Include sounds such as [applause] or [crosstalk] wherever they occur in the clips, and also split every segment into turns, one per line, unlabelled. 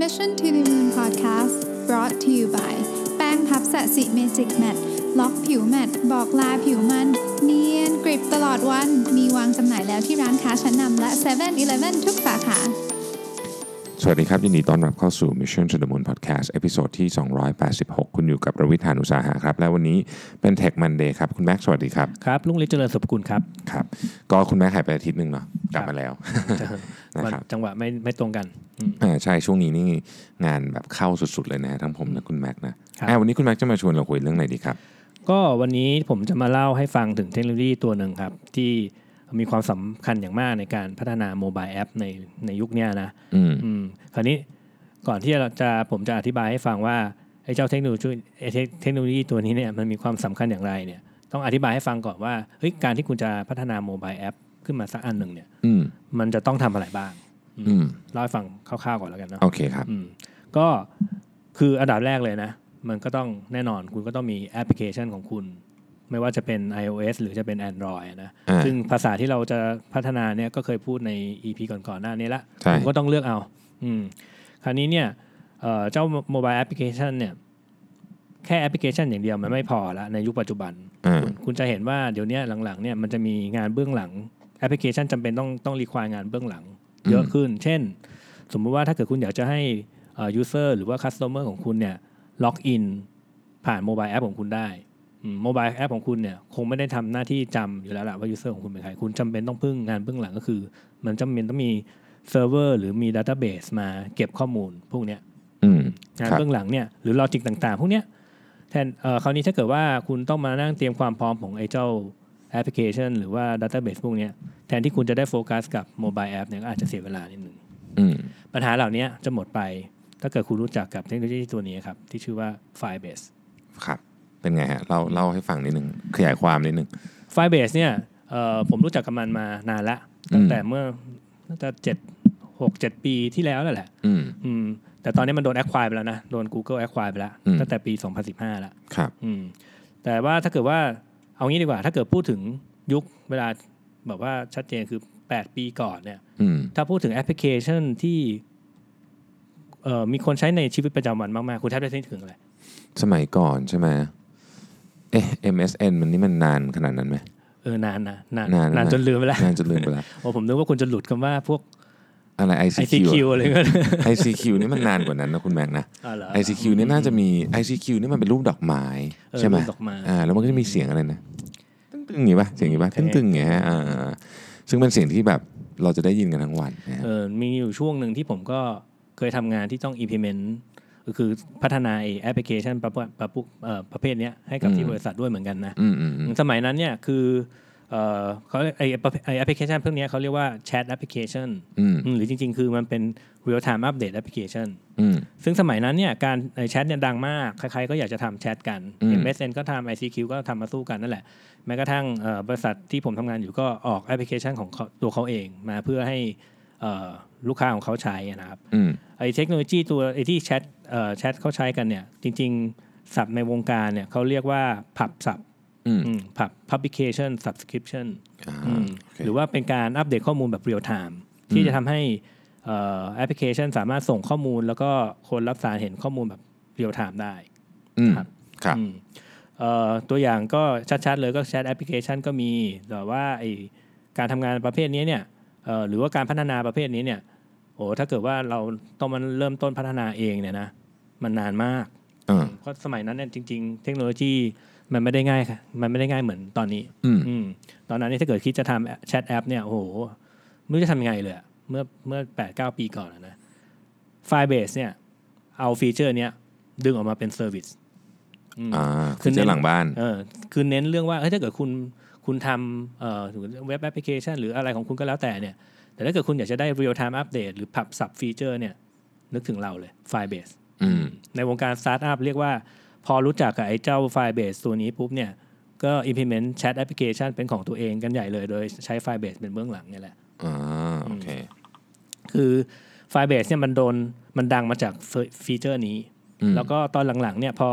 Mission to the Moon Podcast brought to you by แป้งพับสะสิเมจิกแมตล็อกผิวแมตบอกลาผิวมัน เนียนกริบตลอดวัน มีวางจำหน่ายแล้วที่ร้านค้าชั้นนำและ7 e เ e ่ e อทุกสาขา
สวัสดีครับ ยินดีต้อนรับเข้าสู่ Mission to the Moon Podcast เอพิโซดที่ 286 คุณอยู่กับประวิทยานุตสาหะครับ และวันนี้เป็น Tech Monday ครับ คุณแม็กซ์สวัสดีครับ
ครับลุงเล็กเจริญสุขกุลครับ
ครับ ก็คุณแม็กซ์หายไปอาทิตย์หนึ่งเนาะกลับมาแล้ว [laughs] นะ
มัน
ครับ
จังหวะไม่ไม่ตรงกันอืม
อ่าใช่ช่วงนี้นี่งานแบบเข้าสุดๆเลยนะฮะทั้งผมและคุณแม็กซ์นะครับ อ่าวันนี้คุณแม็กซ์จะมาชวนเราคุยเรื่องไหนดีครับ
ก็วันนี้ผมจะมาเล่าให้ฟังถึงเทคโนโลยีตัวหนึ่งครับ ที่มีความสำคัญอย่างมากในการพัฒนาโมบายแอปในในยุคเนี้ยนะ
อืม
อืมคราวนี้ก่อนที่เราจะผมจะอธิบายให้ฟังว่าไอ้เจ้าเทคโนโลยีไอ้เทคเทคโนโลยีตัวนี้เนี่ยมันมีความสำคัญอย่างไรเนี่ยต้องอธิบายให้ฟังก่อนว่าเฮ้ยการที่คุณจะพัฒนาโมบายแอปขึ้นมาสักอันหนึ่งเนี่ย
อืม
มันจะต้องทำอะไรบ้าง
อืม
เล่าให้ฟังคร่าวๆก่อนแล้วกันเนาะ
โอเคครับ
อืมก็คืออันดับแรกเลยนะ มันก็ต้องแน่นอนคุณก็ต้องมีแอปพลิเคชันของคุณ ไม่ว่าจะเป็น iOS หรือจะเป็น Android นะ
อ่า
ซึ่งภาษาที่เราจะพัฒนาเนี่ยก็เคยพูดใน EP ก่อนๆหน้านี้ละ
ใช่
คุณก็ต้องเลือกเอาอืมคราวนี้เนี่ยเอ่อเจ้าโมบายแอปพลิเคชันเนี่ย แค่แอปพลิเคชันอย่างเดียวมันไม่พอละในยุคปัจจุบัน
อ่า
คุณคุณจะเห็นว่าเดี๋ยวเนี้ยหลังๆเนี่ยมันจะมีงานเบื้องหลังแอปพลิเคชันจำเป็นต้องต้องรีควายงานเบื้องหลัง เยอะขึ้น เช่น สมมุติว่าถ้าเกิดคุณอยากจะให้เอ่อ user หรือว่า customer ของคุณเนี่ยล็อกอินผ่านโมบายแอปของคุณได้โมบายแอปของคุณเนี่ยคงไม่ได้ทำหน้าที่จำอยู่แล้วล่ะว่า user ของคุณเป็นใคร คุณจำเป็นต้องพึ่งงานเบื้องหลังก็คือ มันจำเป็นต้องมีเซิร์ฟเวอร์หรือมีดัตเตอร์เบสมาเก็บข้อมูลพวกเนี้ย
อืม
งาน
ครับ
เบื้องหลังเนี่ยหรือลอจิกต่างๆ พวกเนี้ยแทนเอ่อคราวนี้ถ้าเกิดว่าคุณต้องมานั่งเตรียมความพร้อมของไอ้เจ้าแอปพลิเคชัน หรือว่าดัตเตอร์เบสพวกเนี้ยแทนที่คุณจะได้โฟกัสกับโมบายแอปเนี่ยก็อาจจะเสียเวลานิดหนึ่ง
อืม
ปัญหาเหล่านี้จะหมดไป ถ้าเกิดคุณรู้จักกับเทคโนโลยีตัวนี้ครับ ที่ชื่อว่า Firebase
ครับ เป็นไงฮะเล่าเล่าให้ฟังนิดนึงขยายความนิดนึง
Firebase เนี่ยเอ่อผมรู้จักกับมันมานานละตั้งแต่เมื่อน่าจะเจ็ดหกเจ็ดปีที่แล้วนั่นแหละ
อืม
อืมแต่ตอนนี้มันโดนแอคควายไปแล้วนะโดน Google แอคควายไปแล้ว
อืม
ตั้งแต่ปี 2015ละ
ครับ
อืมแต่ว่าถ้าเกิดว่าเอางี้ดีกว่า ถ้าเกิดพูดถึงยุคเวลาแบบว่าชัดเจนคือ 8 ปีก่อนเนี่ย
อืม
ถ้าพูดถึงแอปพลิเคชันที่เอ่อมีคนใช้ในชีวิตประจำวันมากๆ คุณแทบจะไม่ถึงเลย
สมัยก่อนใช่ไหมเอ๊ะ MSN มันนี่มันนานขนาดนั้นไหม
เออนานนะนาน
นานนะ
นานจนลืมไปแล้ว
น่าจะลืมไปแล้ว
โอ้ผมนึกว่าคุณจะหลุดคำว่าพวก
อะไร
ICQ
ICQ อะ
อะไรเงี้ย
ICQ นี่มันนานกว่านั้นนะคุณแมงนะ
อ๋อเหรอ
ICQ นี่น่าจะมี ICQ นี่มันเป็นรูปดอกไม้
เออ
ใช่ไหม
รูปดอกไม้
อ่าแล้วมันก็จะมีเสียงอะไรนะตึ้งตึ้งอย่างงี้ป่ะเสียงอย่างงี้ป่ะ
ใช่
ตึ้งตึ้งอย่างเงี้ยฮะอ่าอ่าซึ่งเป็นเสียงที่แบบเราจะได้ยินกันทั้งวันนะฮะ
เออมีอยู่ช่วงหนึ่งที่ผมก็เคยทำงานที่ต้อง implement ก็คือพัฒนาไอ้แอปพลิเคชันประเภทประเภทเอ่อประเภทเนี้ยให้กับที่บริษัทด้วยเหมือนกันนะ
อืมอืมอืม
สมัยนั้นเนี่ยคือเอ่อเขาเรียกไอประเภทไอแอปพลิเคชันพวกเนี้ยเขาเรียกว่าแชทแอปพลิเคชัน
อืม
หรือจริงๆ คือมันเป็น real time update application
อืม
ซึ่งสมัยนั้นเนี่ยการแชทเนี่ยดังมาก ใครๆ ก็อยากจะทำแชทกัน
อืม
MSN ก็ทำ ICQ ก็ทำมาสู้กันนั่นแหละ แม้กระทั่งเอ่อบริษัทที่ผมทำงานอยู่ก็ออกแอปพลิเคชันของเขาตัวเขาเองมาเพื่อให้เอ่อลูกค้าของเขาใช้นะครับ
อืม
ไอ้เทคโนโลยีตัวไอ้ที่แชทเอ่อแชทเขาใช้กันเนี่ยจริงๆศัพท์ในวงการเนี่ยเขาเรียกว่าผับศัพท์
อืม
อืมผับ publication subscription
อ่า
อืม
โเค
หรือว่าเป็นการอัปเดตข้อมูลแบบ real time ที่จะทำให้เอ่อแอปพลิเคชันสามารถส่งข้อมูล แล้วก็คนรับสารเห็นข้อมูลแบบ real time ได้
อืม
ครับ
ครับ
อืมเอ่อตัวอย่างก็ชัดๆเลยก็แชทแอปพลิเคชันก็มี แต่ว่าไอการทำงานประเภทนี้เนี่ยเอ่อหรือว่าการพัฒนาประเภทนี้เนี่ยโอ้ถ้าเกิดว่าเราต้องมันเริ่มต้นพัฒนาเองเนี่ยนะมันนานมาก
เออ
เพราะสมัยนั้นเนี่ยจริง ๆ เทคโนโลยีมันไม่ได้ง่ายค่ะมันไม่ได้ง่ายเหมือนตอนนี้
อืม
อืมตอนนั้นนี่ถ้าเกิดคิดจะทำแชทแอปเนี่ยโอ้โหไม่รู้จะทำยังไงเลยอะเมื่อเมื่อแปดเก้าปีก่อนอะนะไฟเบสเนี่ย เอาฟีเจอร์เนี้ยดึงออกมาเป็นเซอร์วิส
อ่า
คื
คือ
อ
เจ้า
เน้น
หลังบ้าน
เออคือเน้นเรื่องว่าเฮ้ยถ้าเกิดคุณคุณทำเอ่อเว็บแอปพลิเคชัน หรืออะไรของคุณก็แล้วแต่เนี่ย แต่ถ้าเกิดคุณอยากจะได้ real time update หรือผับสับฟีเจอร์เนี่ย นึกถึงเราเลยไฟเบส
อืม
ในวงการสตาร์ทอัพเรียกว่าพอรู้จักกับไอ้เจ้า Firebase ตัวนี้ปุ๊บเนี่ย ก็ implement chat application เป็นของตัวเองกันใหญ่เลย โดยใช้ Firebase เป็นเบื้องหลังเนี่ยแหละ
อ่าโอเค
คือ Firebase เนี่ยมันโดนมันดังมาจากฟีเจอร์นี้ แล้วก็ตอนหลังๆเนี่ยพอ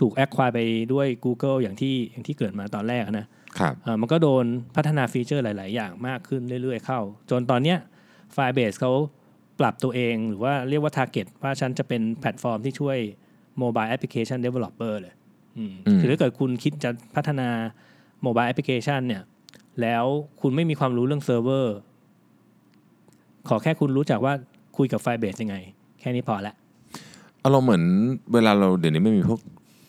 ถูกแอคควายไปด้วย Google อย่างที่อย่างที่เกิดมาตอนแรกนะ
ครับ
เอ่อมันก็โดนพัฒนาฟีเจอร์หลาย ๆ อย่างมากขึ้นเรื่อย ๆ เข้า จนตอนเนี้ย Firebase เขา ปรับตัวเองหรือว่าเรียกว่า Target ว่าฉันจะเป็นแพลตฟอร์มที่ช่วย Mobile Application Developer เลยอืม
อืม
คือถ้าเกิดคุณคิดจะพัฒนา Mobile Application เนี่ย แล้วคุณไม่มีความรู้เรื่องเซิร์ฟเวอร์ ขอแค่คุณรู้จักว่าคุยกับ Firebase ยังไง แค่นี้พอละ
อารมณ์เหมือนเวลาเราเดี๋ยวนี้ไม่มีพวก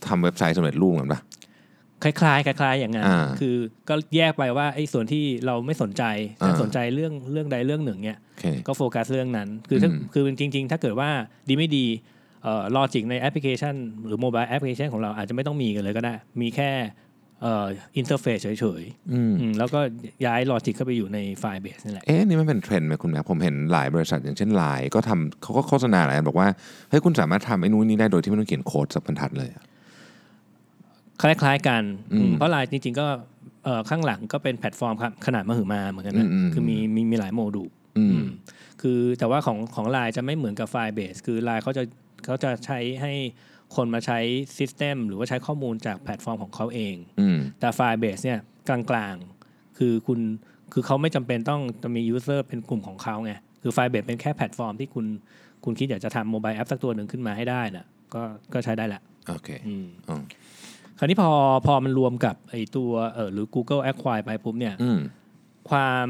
ทำเว็บไซต์สำเร็จรูปกันปะ
คล้ายๆคล้ายๆอย่างนั้น
อ่า
คือก็แยกไปว่าไอ้ส่วนที่เราไม่สนใจแต่
อ่า
สนใจเรื่องเรื่องใดเรื่องหนึ่งเนี่ย
โอเค
ก็โฟกัสเรื่องนั้น คือถ้า
อืม
คือจริง ๆ ถ้าเกิดว่าดีไม่ดีลอจิกในแอปพลิเคชัน หรือโมบายแอปพลิเคชันของเราอาจจะไม่ต้องมีกันเลยก็ได้ มีแค่เอินเทอร์เฟซเฉย
อืม
ๆอืมแล้วก็ย้ายลอจิกเข้าไปอยู่ในไฟล์เบสนี่แหละ
เอ๊ะนี่ไม่เป็นเทรนด์ไหมคุณแม่ผมเห็นหลายบริษัทอย่างเช่นไลน์ก็ทำเขาก็โฆษณาหลายอันบอกว่าเฮ้ยคุณสามารถทำไอ้นู้นนี่ได้โดยที่ไม่ต้องเขียนโค้ดสับบรรทัดเลยอะ
คล้าย ๆ กัน
อืม
อืมเพราะไลน์จริง ๆ ก็เอ่อข้างหลังก็เป็นแพลตฟอร์มครับขนาดมหึมาเหมือนกันนะ
อืมๆ
คือมีมีมีหลายโมดูล
อืม
อืมคือแต่ว่าของของไลน์จะไม่เหมือนกับไฟล์เบสคือไลน์เขาจะเขาจะใช้ให้คนมาใช้ซิสเต็มหรือว่าใช้ข้อมูลจากแพลตฟอร์มของเขาเอง
อืม
แต่ไฟล์เบสเนี่ยกลางๆ คือคุณคือเขาไม่จำเป็นต้องจะมียูเซอร์เป็นกลุ่มของเขาไง คือไฟล์เบสเป็นแค่แพลตฟอร์มที่คุณคุณคิดอยากจะทำโมบายแอปสักตัวหนึ่งขึ้นมาให้ได้น่ะก็ก็ใช้ได้แหละ
โอเค
อืม
อ๋อ
คราวนี้พอพอมันรวมกับไอตัวเออหรือ Google Acquire ไปปุ๊บเนี่ย
อืม
ความ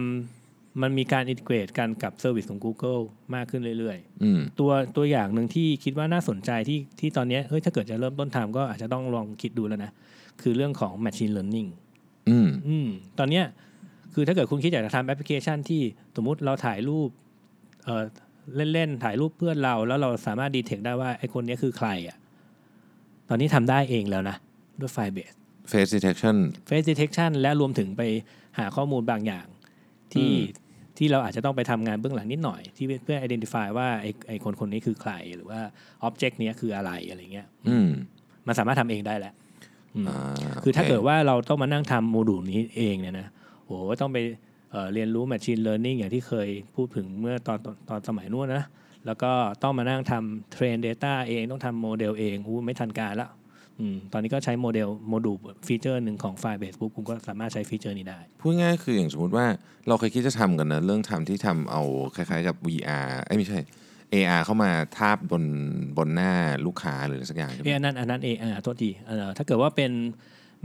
มันมีการอินทิเกรตกันกับเซอร์วิสของ Google มากขึ้นเรื่อย
อืม
ๆ ตัวตัวอย่างหนึ่งที่คิดว่าน่าสนใจที่ที่ตอนเนี้ยเฮ้ยถ้าเกิดจะเริ่มต้นทำก็อาจจะต้องลองคิดดูแล้วนะ คือเรื่องของ Machine Learning
อืม
อืมตอนเนี้ยคือถ้าเกิดคุณคิดอยากจะทำแอปพลิเคชันที่สมมุติเราถ่ายรูปเออเล่น ๆ ถ่ายรูปเพื่อนเรา แล้วเราสามารถดีเทคได้ว่าไอคนเนี้ยคือใครอะ่ะตอนนี้ทำได้เองแล้วนะ ด้วยไฟเบส
face detection
face detection และรวมถึงไปหาข้อมูลบางอย่าง ที่
อืม
ที่เราอาจจะต้องไปทำงานเบื้องหลังนิดหน่อย ที่เพื่อ identify ว่าไอไอคนคนนี้คือใคร หรือว่า object เนี้ยคืออะไรอะไรเงี้ย
อืม
มันสามารถทำเองได้แล้ว
อ่า
คือถ้าเกิด
โ
ว่าเราต้องมานั่งทำโมดูลนี้เองเนี่ยนะโหต้องไปเอ่อเรียนรู้ Machine Learning อย่างที่เคยพูดถึงเมื่อตอนตอนตอนสมัยนู้นนะ แล้วก็ต้องมานั่งทำเทรน Data เองต้องทำโมเดลเองอู้ไม่ทันการละอืมตอนนี้ก็ใช้โมเดลโมดูลฟีเจอร์หนึ่งของ Firebase ปุ๊บคุณก็สามารถใช้ฟีเจอร์นี้ได้
พูดง่ายๆคืออย่างสมมติว่าเราเคยคิดจะทำกันนะเรื่องทำที่ทำเอาคล้ายๆกับ VR เอ้ยไม่ใช่ AR เข้ามาทาบบนบนหน้าลูกค้าหรืออะไรสักอย่างใช่ไหม
เอยอันนั้นอันนั้นเออโทษทีเอ่อถ้าเกิดว่าเป็น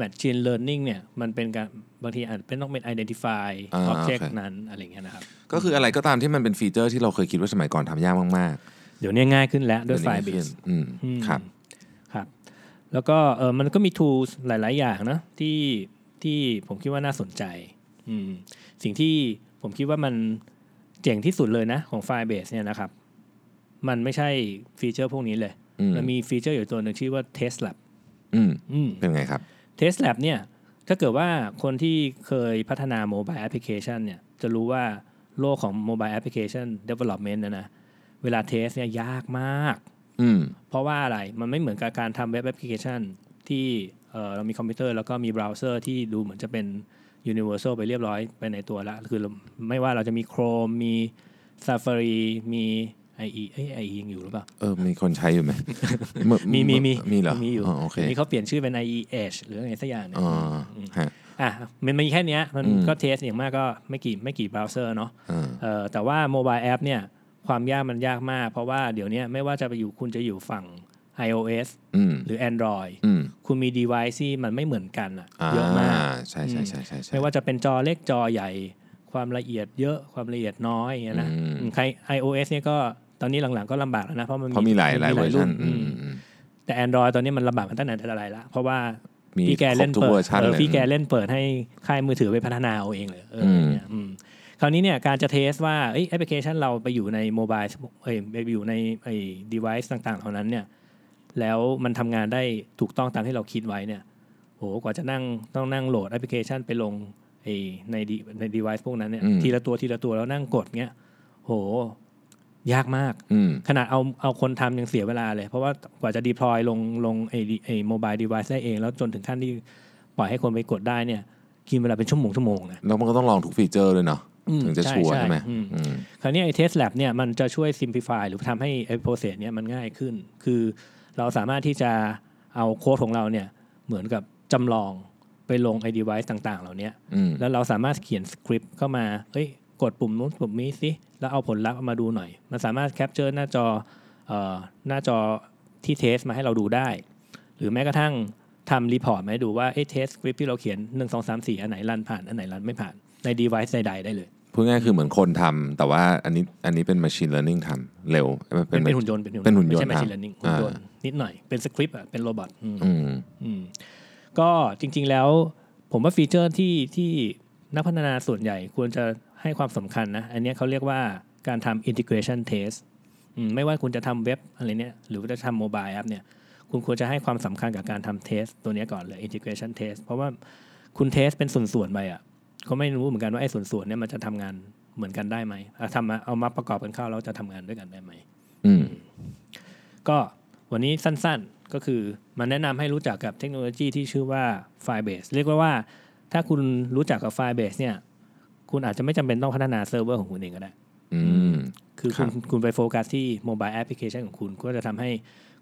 Machine Learning เนี่ยมันเป็นการบางทีอาจเป็นต้องเป็น identify
อ่า
object
โอเค
นั้นอะไรอย่างเงี้ยนะครับ
ก็คืออะไรก็ตามที่มันเป็นฟีเจอร์ที่เราเคยคิดว่าสมัยก่อนทำยากมาก
เดี๋ยวนี้ง่ายขึ้นแล้ว
ๆ
ด้วย
เยวนี้
Firebase
ขึ้นอืม
อืม
ครับ
ครับ แล้วก็เออมันก็มี tools หลาย ๆ อย่างนะที่ที่ผมคิดว่าน่าสนใจอืมสิ่งที่ผมคิดว่ามันเจ๋งที่สุดเลยนะของ Firebase เนี่ยนะครับ มันไม่ใช่ฟีเจอร์พวกนี้เลย
อืม
มันมีฟีเจอร์อยู่ตัวหนึ่งชื่อว่า Test Lab
อืม
อืม
เป็นไงครับ
Test Lab เนี่ยถ้าเกิดว่าคนที่เคยพัฒนาโมบายแอปพลิเคชันเนี่ยจะรู้ว่าโลกของโมบายแอปพลิเคชัน development นะนะเวลาเทสเนี่ยยากมาก
อืม
เพราะว่าอะไร มันไม่เหมือนกับการทำเว็บแอปพลิเคชันที่เอ่อเรามีคอมพิวเตอร์แล้วก็มีเบราว์เซอร์ที่ดูเหมือนจะเป็น universal ไปเรียบร้อยไปในตัวละคือเราไม่ว่าเราจะมี Chrome มี Safari มี IE เอ้ย IE ยังอยู่หรือเปล่า
เออมีคนใช้
[laughs]
อยู่ไหมเมื่อ
มีมีมี
มีเหรอ
มีอยู่
โอเค
เดี๋ยวนี้เขาเปลี่ยนชื่อเป็น IE Edge หรืออะไรสักอย่างเนี่ย
อ๋อ
ม
ฮะ
อ่ะมันมีแค่เนี้ยมัน
อืม
ก็เทสอย่างมากก็ไม่กี่ไม่กี่เบราว์เซอร์เนาะ
อ่า
เอ่อแต่ว่าโมบายแอปเนี่ยความยากมันยากมาก เพราะว่าเดี๋ยวเนี้ยไม่ว่าจะไปอยู่คุณจะอยู่ฝั่ง iOS
อืม
หรือ Android
อืม
คุณมี device ที่มันไม่เหมือนกันอะ
า
เยอะมาก
ใช่ใช่ใช่ใช่ใช่
ไม่ว่าจะเป็นจอเล็กจอใหญ่ ความละเอียดเยอะความละเอียดน้อยอย่างเงี้ยนะ
อืม
อืมใคร iOS เนี่ยก็ตอนนี้หลังๆก็ลำบากแล้วนะ เพราะมัน
เพราะมีหลายหลายเวอร์ชัน
นอืม
อืมอืม
แต่ Android ตอนนี้มันลำบากมาตั้งแต่แต่ไรละเพราะว่า
มี
พี่แกเล่
ค
น
รบทุก
เปิ
เวอ
ด
ร์ชัน
เออ
เลย
พี่แกเล่นเปิดให้ค่ายมือถือไปพัฒนาเอาเองเลยเอออย่างเงี้ยอืมคราวนี้เนี่ยการจะเทสว่าเอ้ยแอปพลิเคชันเราไปอยู่ในโมบายเอ้ยไปอยู่ในไอ้ดีไวซ์ต่างๆเหล่านั้นเนี่ยแล้วมันทำงานได้ถูกต้องตามที่เราคิดไว้เนี่ย โหกว่าจะนั่งต้องนั่งโหลดแอปพลิเคชันไปลงไอใน de- ใน device พวกนั้นเนี่ย
อืม
ทีละตัวทีละตัวแล้วนั่งกดเงี้ยโห ยากมาก
อืม
ขนาดเอาเอาคนทำยังเสียเวลาเลย เพราะว่ากว่าจะ deploy ลงลงไอไอโมบายเดเวิ์ได้เอง แล้วจนถึงขั้นที่ปล่อยให้คนไปกดได้เนี่ยกินเวลาเป็นชั่วโมงชั่วโมงนะ
แล้วมันก็ต้องลองทุกฟีเจอร์ด้วยเนาะ
อืม
ถึงจะ
ใช่
ชัวร์
ใช่
ใช่ไหม
อืม
อืม
คราวนี้ไอ้ test lab เนี่ยมันจะช่วย simplify หรือทำให้ไอ้ process เนี่ยมันง่ายขึ้น คือเราสามารถที่จะเอาโค้ดของเราเนี่ยเหมือนกับจำลองไปลงไอ้ device ต่างๆ เหล่าเนี้ย
อืม
แล้วเราสามารถเขียนสคริปต์เข้ามา เฮ้ย กดปุ่มนู้นปุ่มนี้สิแล้วเอาผลลัพธ์มาดูหน่อย มันสามารถแคปเจอร์หน้าจอเอ่อหน้าจอที่เทสมาให้เราดูได้ หรือแม้กระทั่งทำรีพอร์ตมาให้ดูว่าเอ้เทสคลิปที่เราเขียน 1 2 3 4 อันไหนรันผ่าน อันไหนรันไม่ผ่านใน device ใดๆได้เลย
พูดง่ายคือเหมือนคนทำแต่ว่าอันนี้อันนี้เป็น machine learning ทำเร็ว
เป็นเป็นหุ่น
ยนต์
ยนต์
เป็นหุ่นยนต์
ไม่ใช่ machine
อ่ะ
learning หุ่นยนต์นิดหน่อยเป็นสคริปต์อะเป็นโรบอทอืม
อืม
อืมก็จริงๆแล้วผมว่าฟีเจอร์ที่ที่นักพัฒนาส่วนใหญ่ควรจะให้ความสำคัญนะ อันเนี้ยเขาเรียกว่าการทำ integration test อืมไม่ว่าคุณจะทำเว็บอะไรเนี้ยหรือว่าจะทำโมบายแอปเนี่ยคุณควรจะให้ความสำคัญกับการทำเทสตัวเนี้ยก่อนเลย integration test เพราะว่าคุณเทสเป็นส่วนๆไปอ่ะก็ไม่รู้เหมือนกันว่าไอ้ส่วนๆเนี่ยมันจะทำงานเหมือนกันได้ไหมอ่ะทำมาเอามาประกอบกันเข้าแล้วจะทำงานด้วยกันได้ไหม
อืม
ก็วันนี้สั้นๆก็คือมันแนะนำให้รู้จักกับเทคโนโลยีที่ชื่อว่า Firebase เรียกว่าว่าถ้าคุณรู้จักกับ Firebase เนี่ย คุณอาจจะไม่จำเป็นต้องพัฒนาเซิร์ฟเวอร์ของคุณเองก็ได้
อืม
คือ
ครั
คุณ
บ
คุณไปโฟกัสที่โมบายแอปพลิเคชันของคุณ ก็จะทำให้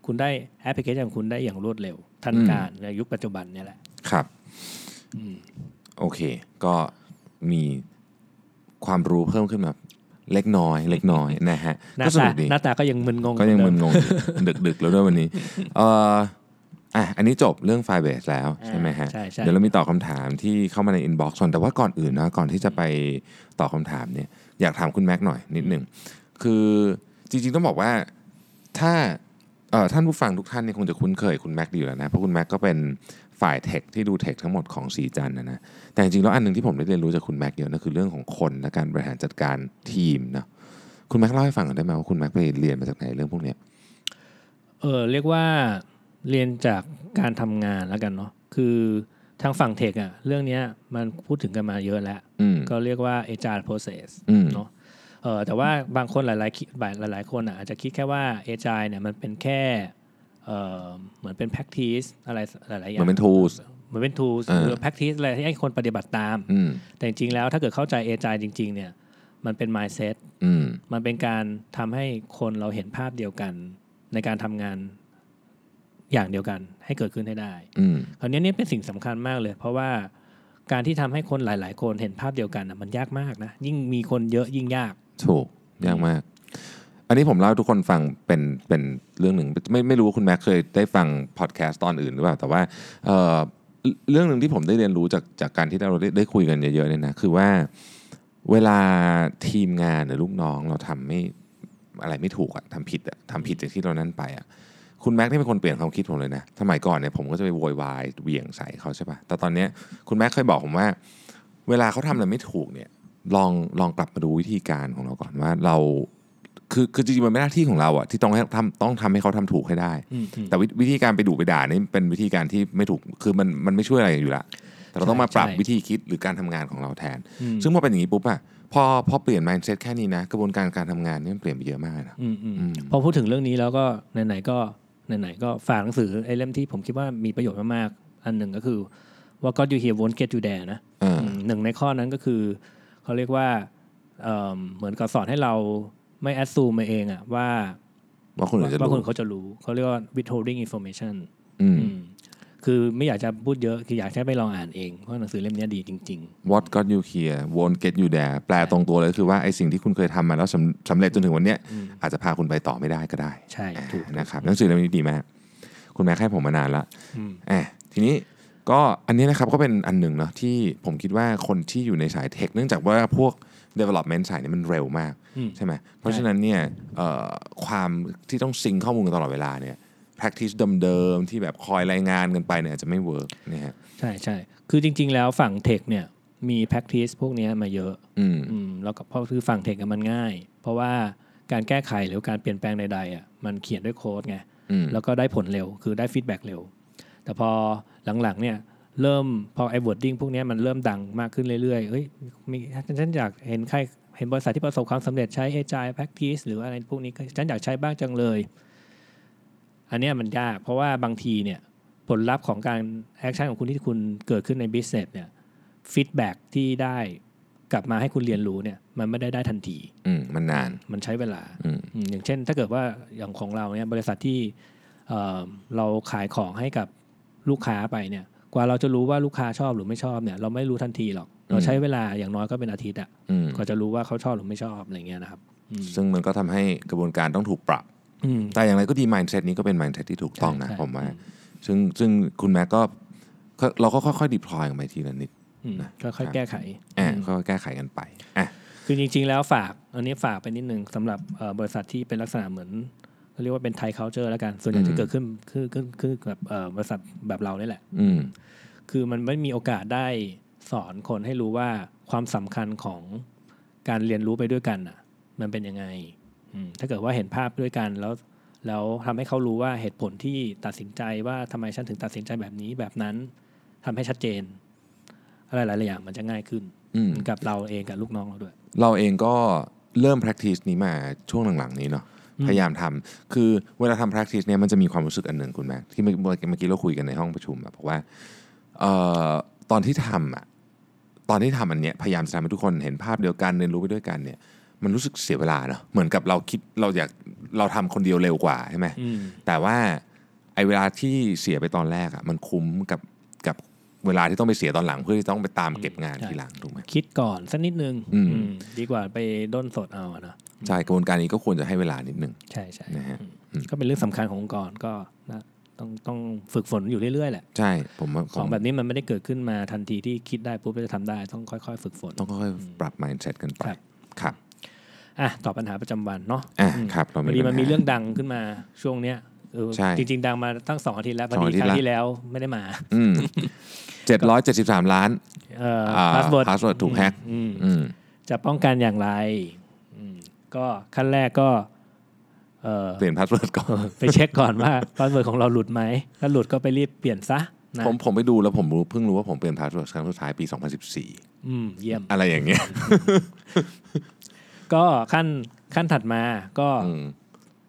คุณได้แอปพลิเคชันของคุณได้อย่างรวดเร็ว ทันการในยุคปัจจุบันเนี่ยแหละ
ครับ โอเค ก็มีความรู้เพิ่มขึ้นมาเล็กน้อย เล็กน้อยนะฮะ
หน้า
ก็ส
ตา
นุกดี
หน้าตาก็ยังมึนงง
ก็ยัง
เห
มึ
อน เดิ
งงดึกดึกๆแล้วด้วยวันนี้เอ่ออ่ะอันนี้จบเรื่อง Firebase แล้วใช่ไหมฮะ
ใช่ใช่
เดี๋ยวเรามีตอบคำถามที่เข้ามาใน inbox ส่วนแต่ว่าก่อนอื่นนะก่อนที่จะไปตอบคำถามเนี่ยอยากถามคุณแม็กซ์หน่อยนิดหนึ่ง คือจริงๆต้องบอกว่าถ้าเอ่อท่านผู้ฟังทุกท่านเนี่ยคงจะคุ้นเคยคุณแม็กซ์ดีอยู่แล้วนะ เพราะคุณแม็กซ์ก็เป็นฝ่ายเทคที่ดูเทคทั้งหมดของสีจันทร์นะนะ แต่จริงๆแล้วอันหนึ่งที่ผมได้เรียนรู้จากคุณแม็กซ์เยอะนะคือเรื่องของคนและการบริหารจัดการทีมเนอะคุณแม็กซ์เล่าให้ฟังหน่อยได้ไหมว่าคุณแม็กซ์ไปเรียนมาจากไหนเรื่องพวกเนี้ย
เออเรียกว่าเรียนจากการทำงานแล้วกันเนาะคือทางฝั่งเทคอะเรื่องเนี้ยมันพูดถึงกันมาเยอะแล้ว
อืม
ก็เรียกว่า HR process
อืม
เนาะเออแต่ว่าบางคนหลายๆคิดหลาย ๆ คนอ่ะอาจจะคิดแค่ว่า HR เนี่ยมันเป็นแค่เออเหมือนเป็น practice อะไรหลายๆอ
เห
ย่า
มือง นเป็น tools
เหมือนเป็น tools
อ่า
หรือ practice อะไรที่ให้คนปฏิบัติตาม
อืม
แต่จริง ๆ แล้วถ้าเกิดเข้าใจ HR จริง ๆ เนี่ยมันเป็น mindset
อืม
มันเป็นการทำให้คนเราเห็นภาพเดียวกัน ในการทำงานอย่างเดียวกันให้เกิดขึ้นให้ได้
อืม
คราวนี้เนี่ยเป็นสิ่งสำคัญมากเลย เพราะว่าการที่ทำให้คนหลาย ๆ คนเห็นภาพเดียวกันนะมันยากมากนะยิ่งมีคนเยอะยิ่งยาก
ถูกยากมาก อันนี้ผมเล่าให้ทุกคนฟังเป็นเป็นเรื่องหนึ่งไม่ไม่รู้ว่าคุณแม็กซ์เคยได้ฟังพอดแคสต์ตอนอื่นหรือเปล่า แต่ว่าเอ่อเรื่องหนึ่งที่ผมได้เรียนรู้จากจากการที่เราได้ได้คุยกันเยอะๆเนี่ยนะคือว่าเวลาทีมงานหรือลูกน้องเราทำไม่อะไรไม่ถูกอะทำผิดอะทำผิดจากที่เรานั้นไปอะคุณแม็กซ์นี่เป็นคนเปลี่ยนความคิดผมเลยนะสมัยก่อนเนี่ยผมก็จะไปโวยวายเหวี่ยงใส่เขาใช่ปะแต่ตอนเนี้ยคุณแม็กซ์เคยบอกผมว่า เวลาเขาทำอะไรไม่ถูกเนี่ย ลองลองกลับมาดูวิธีการของเราก่อนว่าเราคือคือจริงๆมันเป็นหน้าที่ของเราอะที่ต้องให้ทำต้องทำให้เขาทำถูกให้ได้ แต่วิวิธีการไปดุไปด่านี่เป็นวิธีการที่ไม่ถูกคือมันมันไม่ช่วยอะไรอยู่ละแต่เราต้องมาปรับ
ใช่
วิธีคิดหรือการทำงานของเราแทน
อืม
ซึ่งพอเป็นอย่างนี้ปุ๊บอะพอพอเปลี่ยน mindset แค่นี้นะ กระบวนการการทำงานนี่มันเปลี่ยนไปเยอะมากนะ
อืมอืม
อืม
พอพูดถึงเรื่องนี้แล้วก็ไหนๆก็ไหนๆก็ฝากหนังสือไอ้เล่มที่ผมคิดว่ามีประโยชน์มากๆ อันหนึ่งก็คือว่า God You Here Won't Get You There นะ
เออ
อืมหนึ่งในข้อนั้นก็คือเขาเรียกว่าเอิ่มเหมือนกับสอนให้เราไม่แอดซูมเองอะว่า
ว่าคนอื่นจะ
ว่า
รู้
คนเขาจะรู้เขาเรียกว่า withholding information
อืม
อืมคือไม่อยากจะพูดเยอะ คืออยากให้ไปลองอ่านเอง เพราะหนังสือเล่มนี้ดีจริง
What got you here won't get you there แปลตรงตัวเลยคือว่าไอ้สิ่งที่คุณเคยทำมาแล้วสำสำเร็จจนถึงวันเนี้ย
อืม
อาจจะพาคุณไปต่อไม่ได้ก็ได้
ๆ ใช่ถูก
นะครับหนังสือเล่มนี้ดีมาก คุณแม่ให้ผมมานานละ
อืม
อ่ะทีนี้ก็อันนี้นะครับก็เป็นอันหนึ่งเนาะที่ผมคิดว่าคนที่อยู่ในสายเทค เนื่องจากว่าพวก development สายนี้มันเร็วมาก
อืม
ใช่ไหมเพราะฉะนั้นเนี่ยเอ่อความที่ต้องซิงข้อมูลกันตลอดเวลาเนี่ย practice เดิมๆที่แบบคอยรายงานกันไปเนี่ยอาจจะไม่เวิร์กนะฮะ
ใช่ใช่คือจริง ๆ แล้วฝั่งเทคเนี่ยมี practice พวกเนี้ยมาเยอะ
อืม
อืมแล้วก็เพราะคือฝั่งเทคอะมันง่าย เพราะว่าการแก้ไขหรือการเปลี่ยนแปลงใดๆอ่ะมันเขียนด้วยโค้ดไง
อืม
แล้วก็ได้ผลเร็ว คือได้ฟีดแบ็กเร็ว แต่พอหลังๆเนี่ยเริ่มพอไอ้วอร์ดดิ้งพวกเนี้ยมันเริ่มดังมากขึ้นเรื่อยๆเฮ้ยมีฉันอยากเห็นใครเห็นบริษัทที่ประสบความสำเร็จใช้ AI practice หรืออะไรพวกนี้ก็ฉันอยากใช้บ้างจังเลย อันเนี้ยมันยาก เพราะว่าบางทีเนี่ยผลลัพธ์ของการแอคชั่นของคุณที่คุณเกิดขึ้นใน business เนี่ยฟีดแบ็กที่ได้กลับมาให้คุณเรียนรู้เนี่ยมันไม่ได้ได้ทันที
อืมมันนาน
มันใช้เวลา
อืม
อืมอย่างเช่นถ้าเกิดว่าอย่างของเราเนี่ยบริษัทที่เอ่อเราขายของให้กับลูกค้าไปเนี่ย กว่าเราจะรู้ว่าลูกค้าชอบหรือไม่ชอบเนี่ย เราไม่รู้ทันทีหรอก เราใช้เวลาอย่างน้อยก็เป็นอาทิตย์อ่ะ
อืม
ก็จะรู้ว่าเขาชอบหรือไม่ชอบอะไรเงี้ยนะครับอืม
ซึ่งมันก็ทำให้กระบวนการต้องถูกปรับ
อืม
แต่อย่างไรก็ดี mindset นี้ก็เป็น mindset ที่ถูกต้องนะ
ใช่ใช่
ผมว่า ซึ่งซึ่งคุณแม็กก็ก็เราก็ค่อยๆ deploy กันไปทีละนิด
อืมก็ค่อยแก้ไข
อ่ะค่อยๆแก้ไขกันไปอ่ะ
คือจริงๆ แล้วฝากอันนี้ฝากไปนิดนึงสำหรับเอ่อบริษัทที่เป็นลักษณะเหมือนเขาเรียกว่าเป็นไทยเคาเจอร์แล้วกัน ส่วนใหญ่
อื
ที่
ม
เกิดขึ้นคือคือคือกับเอ่อบริษัทแบบเราเนี่ยแหละ
อืม
คือมันไม่มีโอกาสได้สอนคนให้รู้ว่าความสำคัญของการเรียนรู้ไปด้วยกันอ่ะ มันเป็นยังไงอืมถ้าเกิดว่าเห็นภาพด้วยกันแล้วแล้วทำให้เขารู้ว่าเหตุผลที่ตัดสินใจว่าทำไมฉันถึงตัดสินใจแบบนี้แบบนั้นทำให้ชัดเจน อะไรหลายๆอย่างมันจะง่ายขึ้น
อืม
กับเราเองกับลูกน้องเราด้วย
เราเองก็เริ่ม practice นี้มาช่วงหลังๆ นี้เนาะพยายามทำคือเวลาทำ practice เนี่ยมันจะมีความรู้สึกอันหนึ่งคุณแม่ที่เมื่อเมื่อกี้เราคุยกันในห้องประชุมอะบอกว่าเอ่อตอนที่ทำอะตอนที่ทำอันเนี้ยพยายามจะทำให้ทุกคนเห็นภาพเดียวกันเรียนรู้ไปด้วยกันเนี่ย มันรู้สึกเสียเวลาเนาะเหมือนกับเราคิดเราอยากเราทำคนเดียวเร็วกว่าใช่ไหม
อืม
แต่ว่าไอ้เวลาที่เสียไปตอนแรกอะมันคุ้มกับกับเวลาที่ต้องไปเสียตอนหลัง เพื่อที่ต้องไปตามเก็บงาน
ใช่
ทีหลังถูกไหม
คิดก่อนสักนิดนึง
อืม
อืมดีกว่าไปด้นสดเอาอะเนาะ
ใช่กระบวนการนี้ก็ควรจะให้เวลานิดนึง
ใช่ใช่
นะฮะ
อืมก็เป็นเรื่องสำคัญขององค์กรก็นะต้องต้องฝึกฝนอยู่เรื่อยๆแหละ
ใช่ผมว่า
ของ
ผม
แบบนี้มันไม่ได้เกิดขึ้นมาทันทีที่คิดได้ปุ๊บแล้วจะทำได้ต้องค่อยๆ ฝึกฝน
ต้องค่อยๆปรับ mindset กันไป
ครับ
ครับ
อ่ะตอบปัญหาประจำวันเนาะ
อ่ะ
อืม
ครับเรา
พ
ไม่
อดีมันมีเรื่อง
ปัญห
ดังขึ้นมาช่วงเนี้ยเออ
ใช่
จริง ๆ ดังมาตั้งสองอาทิตย์แล้วพอ
สอง
ดี
อาทิตย์
ครั้
ละ
งที่แล้วไม่ได้มา
อืมเจ็ดร้อยเจ็ดสิบสามล้าน
เอ่อ
อ่า
พาสเวิร์ด
พาสเวิร์ดถูกแฮก
อืม
อืม
จะป้องกันอย่างไรอืมก็ขั้นแรกก็เอ่อ
เปลี่ยนพาสเวิร์ดก่อน
ไปเช็คก่อนว่าพาสเวิร์ดของเราหลุดไหม ถ้าหลุดก็ไปรีบเปลี่ยนซะนะ
ผมผมไปดูแล้วผมรู้เพิ่งรู้ว่าผมเปลี่ยนพาสเวิร์ดครั้งสุดท้ายปี 2014
อืมเยี่ยม
อะไรอย่างเงี้ย
ก็ขั้นขั้นถัดมาก็
อืม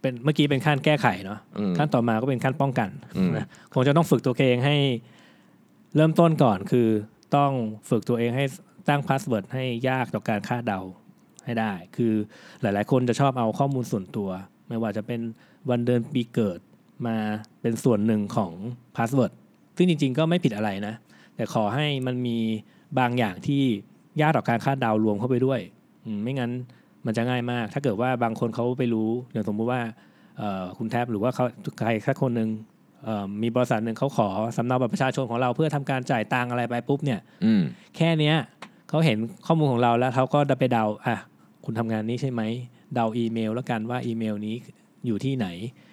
เป็นเมื่อกี้เป็นขั้นแก้ไขเนาะ
อืม
ขั้นต่อมาก็เป็นขั้นป้องกัน
อืม
นะคงจะต้องฝึกตัวเองให้เริ่มต้นก่อนคือต้องฝึกตัวเองให้ตั้งพาสเวิร์ดให้ยากต่อการคาดเดาให้ได้ คือหลาย ๆ คนจะชอบเอาข้อมูลส่วนตัว ไม่ว่าจะเป็นวันเดือนปีเกิดมาเป็นส่วนหนึ่งของพาสเวิร์ดซึ่งจริง ๆ ก็ไม่ผิดอะไรนะ แต่ขอให้มันมีบางอย่างที่ยากต่อการคาดเดารวมเข้าไปด้วยอืมไม่งั้นมันจะง่ายมาก ถ้าเกิดว่าบางคนเขาไปรู้อย่างสมมุติว่าเอ่อคุณแทบหรือว่าเขาใครสักคนหนึ่งเอ่อมีบริษัทหนึ่งเขาขอสำเนาบัตรประชาชนของเราเพื่อทำการจ่ายตังอะไรไปปุ๊บเนี่ย
อืม
แค่เนี้ยเขาเห็นข้อมูลของเราแล้วเขาก็ได้ไปเดาอ่ะคุณทำงานนี้ใช่ไหมเดาอีเมล แล้วกันว่าอีเมลนี้อยู่ที่ไหน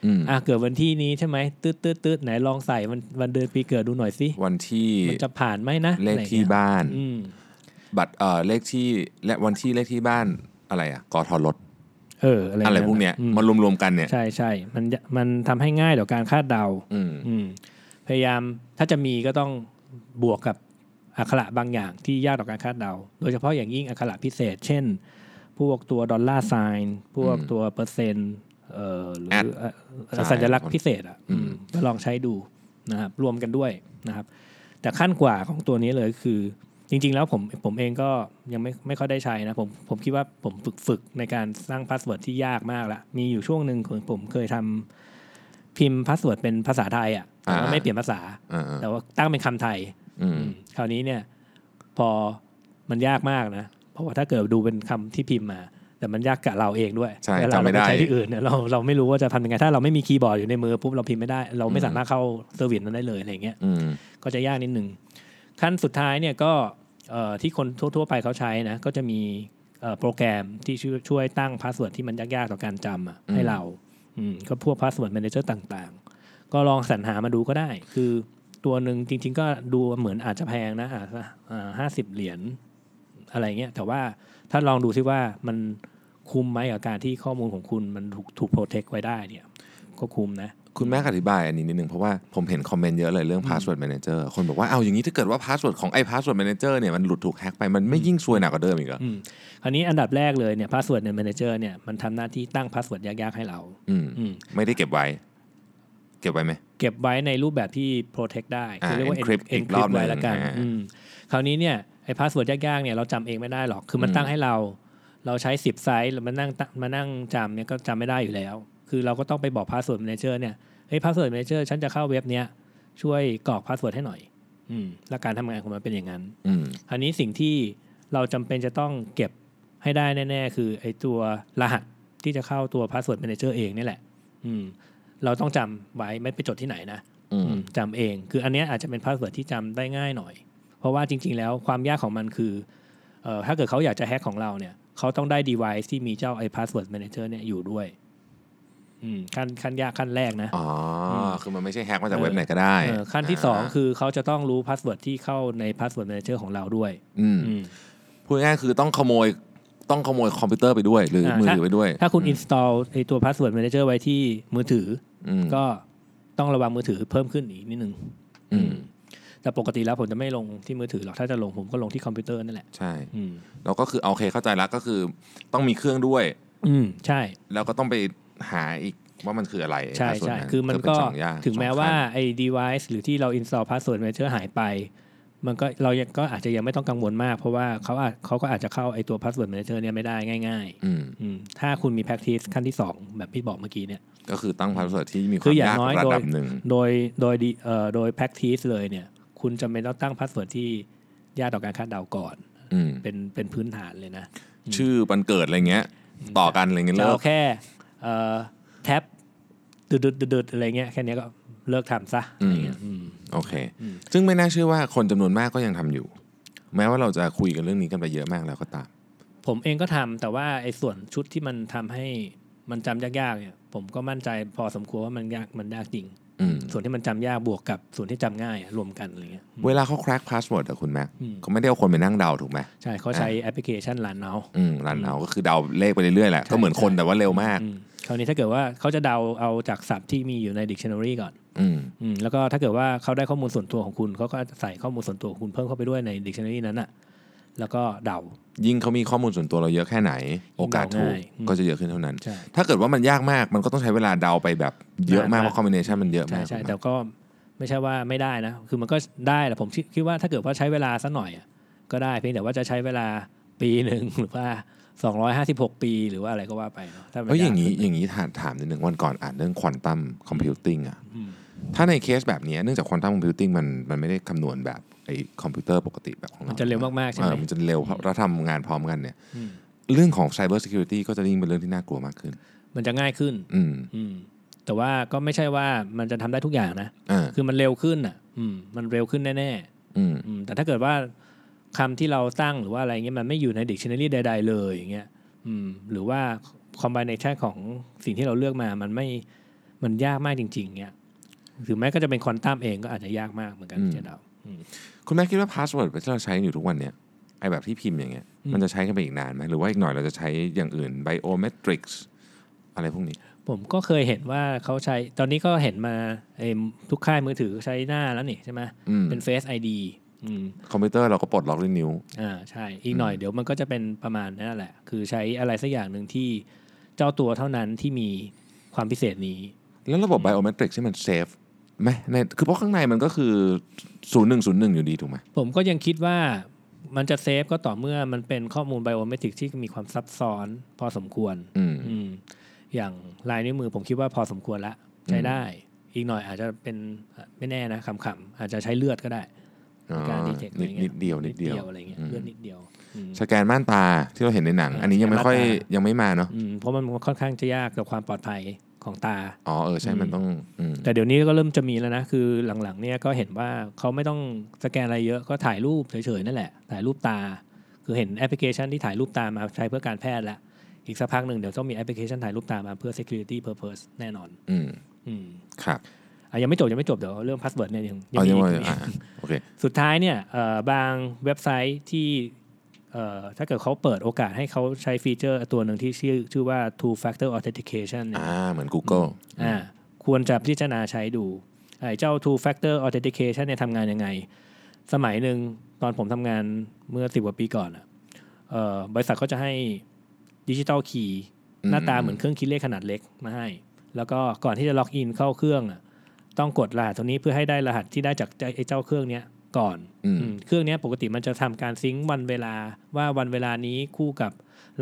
อืม
อ่ะเกิดวันที่นี้ใช่ไหมตืดตืดตืดไหนลองใส่วันวันเดือนปีเกิดดูหน่อยสิ
วันที่
มันจะผ่านไหมนะ
เลขที่
อะไรเงี้ย
บ้าน
อืม
บัตรเอ่อเลขที่และวันที่เลขที่บ้านอะไรอ่ะกอทอรถ
เอออะไร
อะไรพวกเนี้ยมารวมๆกันเนี่ย
ใช่ใช่มันมันทำให้ง่ายต่อการคาดเดา
อืม
อืมพยายามถ้าจะมีก็ต้องบวกกับอักขระบางอย่างที่ยากต่อการคาดเดา โดยเฉพาะอย่างยิ่งอักขระพิเศษ เช่น พวกตัวดอลลาร์ไซน์พวกตัวเปอร์เซ็นต์เอ่อหรือ
At
เอ่อเอ่อ
ใช่
สัญลักษณ์พิเศษอ่ะ
อืม
อืมก็ลองใช้ดูนะครับรวมกันด้วยนะครับ แต่ขั้นกว่าของตัวนี้เลยคือ จริง ๆ แล้วผมผมเองก็ยังไม่ไม่ค่อยได้ใช้นะผมผมคิดว่าผมฝึกฝึกในการสร้างพาสเวิร์ดที่ยากมากละมีอยู่ช่วงหนึ่งผมผมเคยทำพิมพ์พาสเวิร์ดเป็นภาษาไทยอ่ะแต่ว่า
อ่า
ไม่เปลี่ยนภาษา
อ่า
แต่ว่าตั้งเป็นคำไทย
ๆอืม
อืมคราวนี้เนี่ยพอมันยากมากนะ เพราะว่าถ้าเกิดดูเป็นคำที่พิมพ์มา แต่มันยากกับเราเองด้วย
ใช่
เวลา
จำไม่
เรา
ได้
ไปใช้ที่อื่นเนี่ยเราเราไม่รู้ว่าจะทำยังไง ถ้าเราไม่มีคีย์บอร์ดอยู่ในมือปุ๊บเราพิมพ์ไม่ได้ เราไม่สามารถเข้าเซอร์วิสนั้นได้เลยอะไรอย่างเงี้ย
อืม
ก็จะยากนิดหนึ่งขั้นสุดท้ายเนี่ยก็เอ่อที่คนทั่ว ๆ ไปเขาใช้นะ ก็จะมีเอ่อโปรแกรมที่ช่วยช่วยตั้งพาสเวิร์ดที่มันยาก ๆ ต่อการจำอะ
อืม
ให้เราอืมก็พวกพาสเวิร์ดแมเนเจอร์ต่างๆ ก็ลองสรรหามาดูก็ได้ คือตัวหนึ่งจริง ๆ ก็ดูเหมือนอาจจะแพงนะอาจจะห้าสิบเหรียญอะไรเงี้ยแต่ว่าถ้าลองดูซิว่ามันคุ้มไหมกับการที่ข้อมูลของคุณมันถูกถูกโปรเทคไว้ได้เนี่ยก็คุ้มนะ
คุณแม่อธิบายอันนี้นิดนึง เพราะว่าผมเห็นคอมเมนต์เยอะเลยเรื่อง password manager คนบอกว่าเอาอย่างนี้ถ้าเกิดว่า password ของไอ้ password manager เนี่ยมันหลุดถูกแฮ็กไปมันไม่ยิ่งซวยหนักกว่าเดิมอีกเหรอ
อืมคราวนี้อันดับแรกเลยเนี่ยพาสเวิร์ดในแมเนเจอร์เนี่ยมันทำหน้าที่ตั้งพาสเวิร์ดยากๆ ให้เรา
อืม
อืม
ไม่ได้เก็บไว้ เก็บไว้ไหม
เก็บไว้ในรูปแบบที่โปรเทคได้คื
อ่า
เรียกว่า
encrypt อีก
encrypt
รอบหนึ่ง
ไว้ละกัน
อ่า
อืมคราวนี้เนี่ยไอ้พาสเวิร์ดยากๆเนี่ยเราจำเองไม่ได้หรอก คือมัน
อืม
ตั้งให้เรา เราใช้ 10 ไซส์แล้วมานั่งตั้งมานั่งจำเนี่ยก็จำไม่ได้อยู่แล้ว คือเราก็ต้องไปบอกพาสเวิร์ดแมเนเจอร์เนี่ยเฮ้ยพาสเวิร์ดแมเนเจอร์ฉันจะเข้าเว็บเนี้ยช่วยกรอกพาสเวิร์ดให้หน่อย อืมและการทำงานของมันเป็นอย่างนั้น
อืม
อันนี้สิ่งที่เราจำเป็นจะต้องเก็บให้ได้แน่ ๆ คือไอ้ตัวรหัสที่จะเข้าตัว Password Manager เองนี่แหละ อืม เราต้องจำไว้ไม่ไปจดที่ไหนนะ
อืม
อืมจำเอง คืออันเนี้ยอาจจะเป็น Password ที่จำได้ง่ายหน่อย เพราะว่าจริง ๆ แล้วความยากของมันคือเอ่อถ้าเกิดเขาอยากจะแฮ็กของเราเนี่ย เขาต้องได้ device ที่มีเจ้าไอ้ Password Manager เนี่ยอยู่ด้วย อืมขั้นขั้นยากขั้นแรกนะ
อ๋ออ
ม
คือมันไม่ใช่แฮกมาจาก
เออ
เว็บไหนก็ได้
เออขั้นที่ 2 คือเขาจะต้องรู้ Password ที่เข้าใน Password Manager ของเราด้วย
อืม
อืม
พูดง่ายๆคือต้องขโมยต้องขโมยคอมพิวเตอร์ไปด้วย หรือ
อ่า
มือ
ถ้า
ถือไปด้วย
ถ้าคุณ install ไอตัว password manager ไว้ที่มือถือ
อืม
อก็ต้องระวังมือถือเพิ่มขึ้นอีกนิดนึง
อืม
แต่ปกติแล้วผมจะไม่ลงที่มือถือหรอก ถ้าจะลงผมก็ลงที่คอมพิวเตอร์นั่นแหละ
ใช่
อืม
แล้วก็คือโอเคเข้าใจละก็คือต้องมีเครื่องด้วย
อืม ใช่
แล้วก็ต้องไปหาอีกว่ามันคืออะไร
ใช่
ถ้าส่วน
ใช่
นั้น
คือมัน
เป็
ก็
สองอย่
ถึงแม้
สอขั้น
ว่าไอ้ device หรือที่เรา install password manager หายไป มันก็เรายังก็อาจจะยังไม่ต้องกังวลมาก เพราะว่าเขาอาจเขาก็อาจจะเข้าไอ้ตัว password manager เนี่ยไม่ได้ง่าย
อืม
ๆ อืม ถ้าคุณมี practice ขั้นที่สองแบบที่บอกเมื่อกี้เนี่ย
ก็คือตั้งพาสเวิร์ดที่มีค
คื
วาม
ออย่าง
ยาก
น้อย
ระ
โด
ดั
ย
บหนึ่ง
โดยโดยดีเอ่อโดย practice เลยเนี่ย คุณจำเป็นต้องตั้งพาสเวิร์ดที่ยากต่อการคาดเดาก่อน
อืม
เป็นเป็นพื้นฐานเลยนะ
ชื่อวันเกิดอะไรเงี้ย ต่อกันอะไรเงี้ย
จะ
เลิ
เอา
ก
แค่เอ่อแท็บดุดดุดดุดๆๆๆอะไรเงี้ยแค่เนี้ยก็เลิกทำซะอะไรเงี้ยอืม
โอเค
อืม
ซึ่งไม่น่าเชื่อว่าคนจำนวนมากก็ยังทำอยู่ แม้ว่าเราจะคุยกันเรื่องนี้กันไปเยอะมากแล้วก็ตาม
ผมเองก็ทำแต่ว่าไอ้ส่วนชุดที่มันทำให้มันจำยากๆเนี่ย ผมก็มั่นใจพอสมควรว่ามันยากมันยากจริง
อืม
ส่วนที่มันจำยากบวกกับส่วนที่จำง่ายอะรวมกันอะไรเงี้ยอืม
เวลาเขา crack password อะคุณแม็ก
อืม
ก็ไม่ได้เอาคนไปนั่งเดาถูกไหม
ใช่เขาใช้แอปพลิเคชันลันเอา
อืมรันเอาก็คือเดาเลขไปเรื่อยๆแหละ
ใช่
ก็เหมือนคน
ใช่
แต่ว่าเร็วมาก
อืมคราวนี้ถ้าเกิดว่าเขาจะเดาเอาจากศัพท์ที่มีอยู่ใน dictionary ก่อน
อืม
อืมแล้วก็ถ้าเกิดว่าเขาได้ข้อมูลส่วนตัวของคุณ เขาก็ใส่ข้อมูลส่วนตัวของคุณเพิ่มเข้าไปด้วยใน dictionary นั้นอะแล้วก็เดา
ยิ่งเขามีข้อมูลส่วนตัวเราเยอะแค่ไหน โอกาสถูก
ง่ายอืม
ก็จะเยอะขึ้นเท่านั้น
ใช่
ถ้าเกิดว่ามันยากมากมันก็ต้องใช้เวลาเดาไปแบบเยอะมาก
นานมาก
เพราะคอมบิเนชันมันเยอะ
ใช่
มาก
ใช่
ถูกไหม
แต่ก็ไม่ใช่ว่าไม่ได้นะ คือมันก็ได้แหละผมคิดคิดว่าถ้าเกิดว่าใช้เวลาสักหน่อยอะก็ได้เพียงแต่ว่าจะใช้เวลาปีหนึ่ง หรือว่า 256 ปีหรือว่าอะไรก็ว่าไปเนาะถ้ามัน
เอ้ยอย่างนี้
นี้
อย่างนี้ถามถามนิดหนึ่งวันก่อนอ่านเรื่องควอนตัมคอมพิวติ้งอะ
อืม
ถ้าในเคสแบบเนี้ยเนื่องจากควอนตัมคอมพิวติ้งมันมันไม่ได้คำนวณแบบไอ้คอมพิวเตอร์ปกติแบบของเรา
มันจะเร็วมากๆใช่
เอ
ไหม
อมันจะเร็วเพราะเราทำงานพร้อมกันเนี่ย
อืม
เรื่องของ Cyber Security ก็จะยิ่งเป็นเรื่องที่น่ากลัวมากขึ้น
มันจะง่ายขึ้น
อืม
อืม แต่ว่าก็ไม่ใช่ว่ามันจะทำได้ทุกอย่างนะ
อ่า
คือมันเร็วขึ้นอ่ะ อืม มันเร็วขึ้นแน่
อืม
ๆอืม แต่ถ้าเกิดว่าคำที่เราตั้งหรือว่าอะไรเงี้ยมันไม่อยู่ในดิกชันนารีใด ๆ เลยอย่างเงี้ย อืม หรือว่าคอมบิเนชันของสิ่งที่เราเลือกมา มันไม่ มันยากมากจริง ๆเงี้ยถึงแม้ก็จะเป็นควอนตัมเองก็อาจจะยากมากเหมือนกัน
อืม
เจะเดาอืม
คุณแม่คิดว่าพาสเวิร์ดที่เราใช้อยู่ทุกวันเนี่ยไอแบบที่พิมพ์อย่างเงี้ย
อืม
มันจะใช้กันไปอีกนานไหมหรือว่าอีกหน่อยเราจะใช้อย่างอื่นไบโอเมตริกส์อะไรพวกนี้
ผมก็เคยเห็นว่าเขาใช้ ตอนนี้ก็เห็นมาเอิ่มทุกค่ายมือถือใช้หน้าแล้วนี่ใช่ไหม
อืม
เป็นเฟซไอดีอืม
คอมพิวเตอร์เราก็ปลดล็อกด้วยนิ้ว
อ่าใช่อีกหน่อยเดี๋ยวมันก็จะเป็นประมาณนั่นแหละ คือใช้อะไรสักอย่างหนึ่งที่เจ้าตัวเท่านั้นที่มีความพิเศษนี้
แล้วระบบไบโอเมตริกที่มันเซฟไหมในคือเพราะข้างในมันก็คือศูนย์หนึ่งศูนย์หนึ่งอยู่ดีถูกไหม
ผมก็ยังคิดว่ามันจะเซฟก็ต่อเมื่อมันเป็นข้อมูลไบโอเมตริกที่มีความซับซ้อนพอสมควร
อืม
อืมอย่างลายนิ้วมือผมคิดว่าพอสมควรละใช้ได้ อีกหน่อยอาจจะเป็นไม่แน่นะคำๆอาจจะใช้เลือดก็ได้
อ๋อ
ในการดีเทคอะไรเงี้ย
นิดเดียวนิดเดียว
อะไรเงี้ย
อืม
เลือดนิดเดียวอืม
สแกนม่านตาที่เราเห็นในหนัง
อ่า
อันนี้ยังไม่ค่อย
สแกนม่านตายั
ยังไม่มาเนาะ
อืมเพราะมันค่อนข้างจะยากกับความปลอดภัยของตา
อ๋อเออใช่มันต้องอืม
แต่เดี๋ยวนี้ก็เริ่มจะมีแล้วนะ คือหลังๆเนี่ยก็เห็นว่าเขาไม่ต้องสแกนอะไรเยอะก็ถ่ายรูปเฉยๆนั่นแหละ ถ่ายรูปตา คือเห็นแอปพลิเคชันที่ถ่ายรูปตามาใช้เพื่อการแพทย์ละอีกสักพักหนึ่งเดี๋ยวต้องมีแอปพลิเคชันถ่ายรูปตามาเพื่อ security purpose แน่นอน
อืม
อืม
ครับ
อ่ะยังไม่จบยังไม่จบเดี๋ยวเรื่อง password เนี่ยยัง
เอายัง
มี
ไง
อีก
อ่ะโอเค
สุดท้ายเนี่ยเอ่อบางเว็บไซต์ที่เอ่อถ้าเกิดเขาเปิดโอกาสให้เขาใช้ฟีเจอร์ตัวหนึ่งที่ชื่อชื่อว่า two factor authentication เนี่ย
อ่าเหมือน Google
อ่าควรจะพิจารณาใช้ดูไอ้เจ้า two factor authentication เนี่ยทำงานยังไง สมัยหนึ่งตอนผมทำงานเมื่อสิบกว่าปีก่อนอะเอ่อบริษัทก็จะให้ดิจิตอลคีย์
อืม
หน้าตาเหมือนเครื่องคิดเลขขนาดเล็กมาให้ แล้วก็ก่อนที่จะล็อกอินเข้าเครื่องอะต้องกดรหัสตรงนี้เพื่อให้ได้รหัสที่ได้จากไอ้เจ้าเครื่องเนี้ยก่อน
อืม
อืมเครื่องเนี้ยปกติมันจะทำการซิงค์วันเวลาว่าวันเวลานี้คู่กับ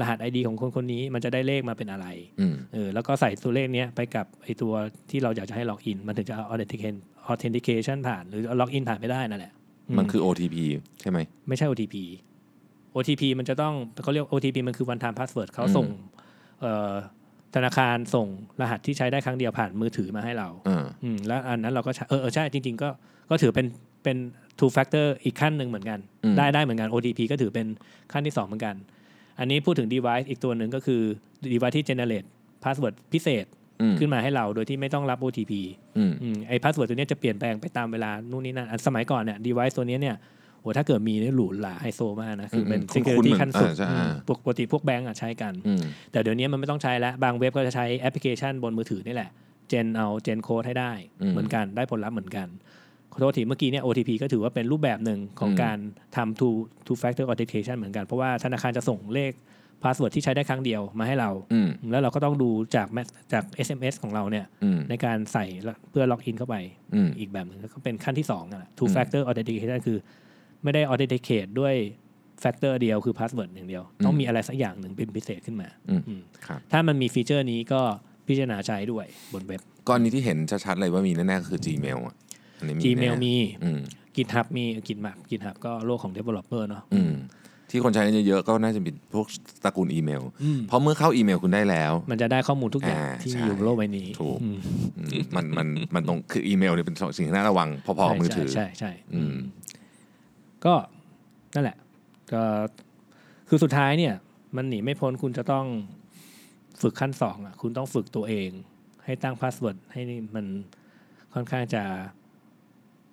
รหัส ID ของคนคนนี้มันจะได้เลขมาเป็นอะไร
อืม
เออแล้วก็ใส่ตัวเลขเนี้ยไปกับไอตัวที่เราอยากจะให้ล็อกอิน มันถึงจะเอา authentication authentication ผ่านหรือล็อกอินผ่านไม่ได้นั่นแหละ อืม
มันคือ OTP ใช่ไหม
ไม่ใช่ OTP OTP มันจะต้องเขาเรียก OTP มันคือ one time password เขา
อืม
ส่งเอ่อธนาคารส่งรหัสที่ใช้ได้ครั้งเดียวผ่านมือถือมาให้เรา
อ่า
อืมแล้วอันนั้นเราก็ใช้เออเออใช่จริง ๆ ก็ก็ถือเป็นเป็น two factor อีกขั้นหนึ่งเหมือนกัน ได้ได้เหมือนกัน OTP ก็ถือเป็นขั้นที่ 2 เหมือนกัน อันนี้พูดถึง device อีกตัวหนึ่งก็คือ device ที่ generate password พิเศษ
อืม
ขึ้นมาให้เราโดยที่ไม่ต้องรับ OTP
อืม
อืมไอ้พาสเวิร์ดตัวเนี้ยจะเปลี่ยนแปลงไปตามเวลานู่นนี่นั่นอันสมัยก่อนเนี่ยดีไวซ์ตัวเนี้ยเนี่ยโอ้ถ้าเกิดมีเนี่ยหรูหราไฮโซมากนะคือเป็น
ม
security
ๆ
ขั้นสุด
อ่าใช่อ่า
ปกติพวกแบงก์อะใช้กัน
อืม
แต่เดี๋ยวนี้มันไม่ต้องใช้แล้ว บางเว็บก็จะใช้แอปพลิเคชันบนมือถือนี่แหละ เจนเอาเจนโค้ดให้ได้เหมือนกันได้ผลลัพธ์เหมือนกันขอโทษทีเมื่อกี้เนี่ย OTP ก็ถือว่าเป็นรูปแบบหนึ่งของการทำ two two factor authentication เหมือนกัน เพราะว่าธนาคารจะส่งเลขพาสเวิร์ดที่ใช้ได้ครั้งเดียวมาให้เรา
อืม
แล้วเราก็ต้องดูจากแมสจาก SMS ของเราเนี่ย
อืม
ในการใส่เพื่อล็อกอินเข้าไป
อืม
อีกแบบหนึ่งก็เป็นขั้นที่สองนั่นแหละ two factor authentication คือ ไม่ได้ authenticate ด้วย factor เดียวคือ password อย่างเดียว ต้องมีอะไรสักอย่างหนึ่งเป็นพิเศษขึ้นมา
อืม
อืม
ครับ
ถ้ามันมีฟีเจอร์นี้ก็พิจารณาใช้ด้วยบนเว็บ
ก้อนนี้ที่เห็นชัดๆเลยว่ามีแน่ๆก็คือ Gmail อ่ะอันนี้มี
Gmail
แน่
มี
อืม
GitHub มี GitHub GitHub ก็โลกของ developer เนาะ
อืมที่คนใช้กันเยอะๆก็น่าจะเป็นพวกตระกูลอีเมล
อืม
เพราะเมื่อเข้าอีเมลคุณได้แล้ว
มันจะได้ข้อมูลทุกอย่าง
อ่า
ที่
ใช่
มีอยู่บนโลกใบนี้
ถูก
อืม
อืมมันมันมันตรงคืออีเมลเนี่ยเป็นสิ่งที่น่าระวังพอๆกับมือถือ
ใช่ใช่ใช่
อืม
ก็นั่นแหละก็คือสุดท้ายเนี่ย มันหนีไม่พ้นคุณจะต้องฝึกขั้นสองอ่ะ คุณต้องฝึกตัวเอง ให้ตั้งพาสเวิร์ดให้มันค่อนข้างจะ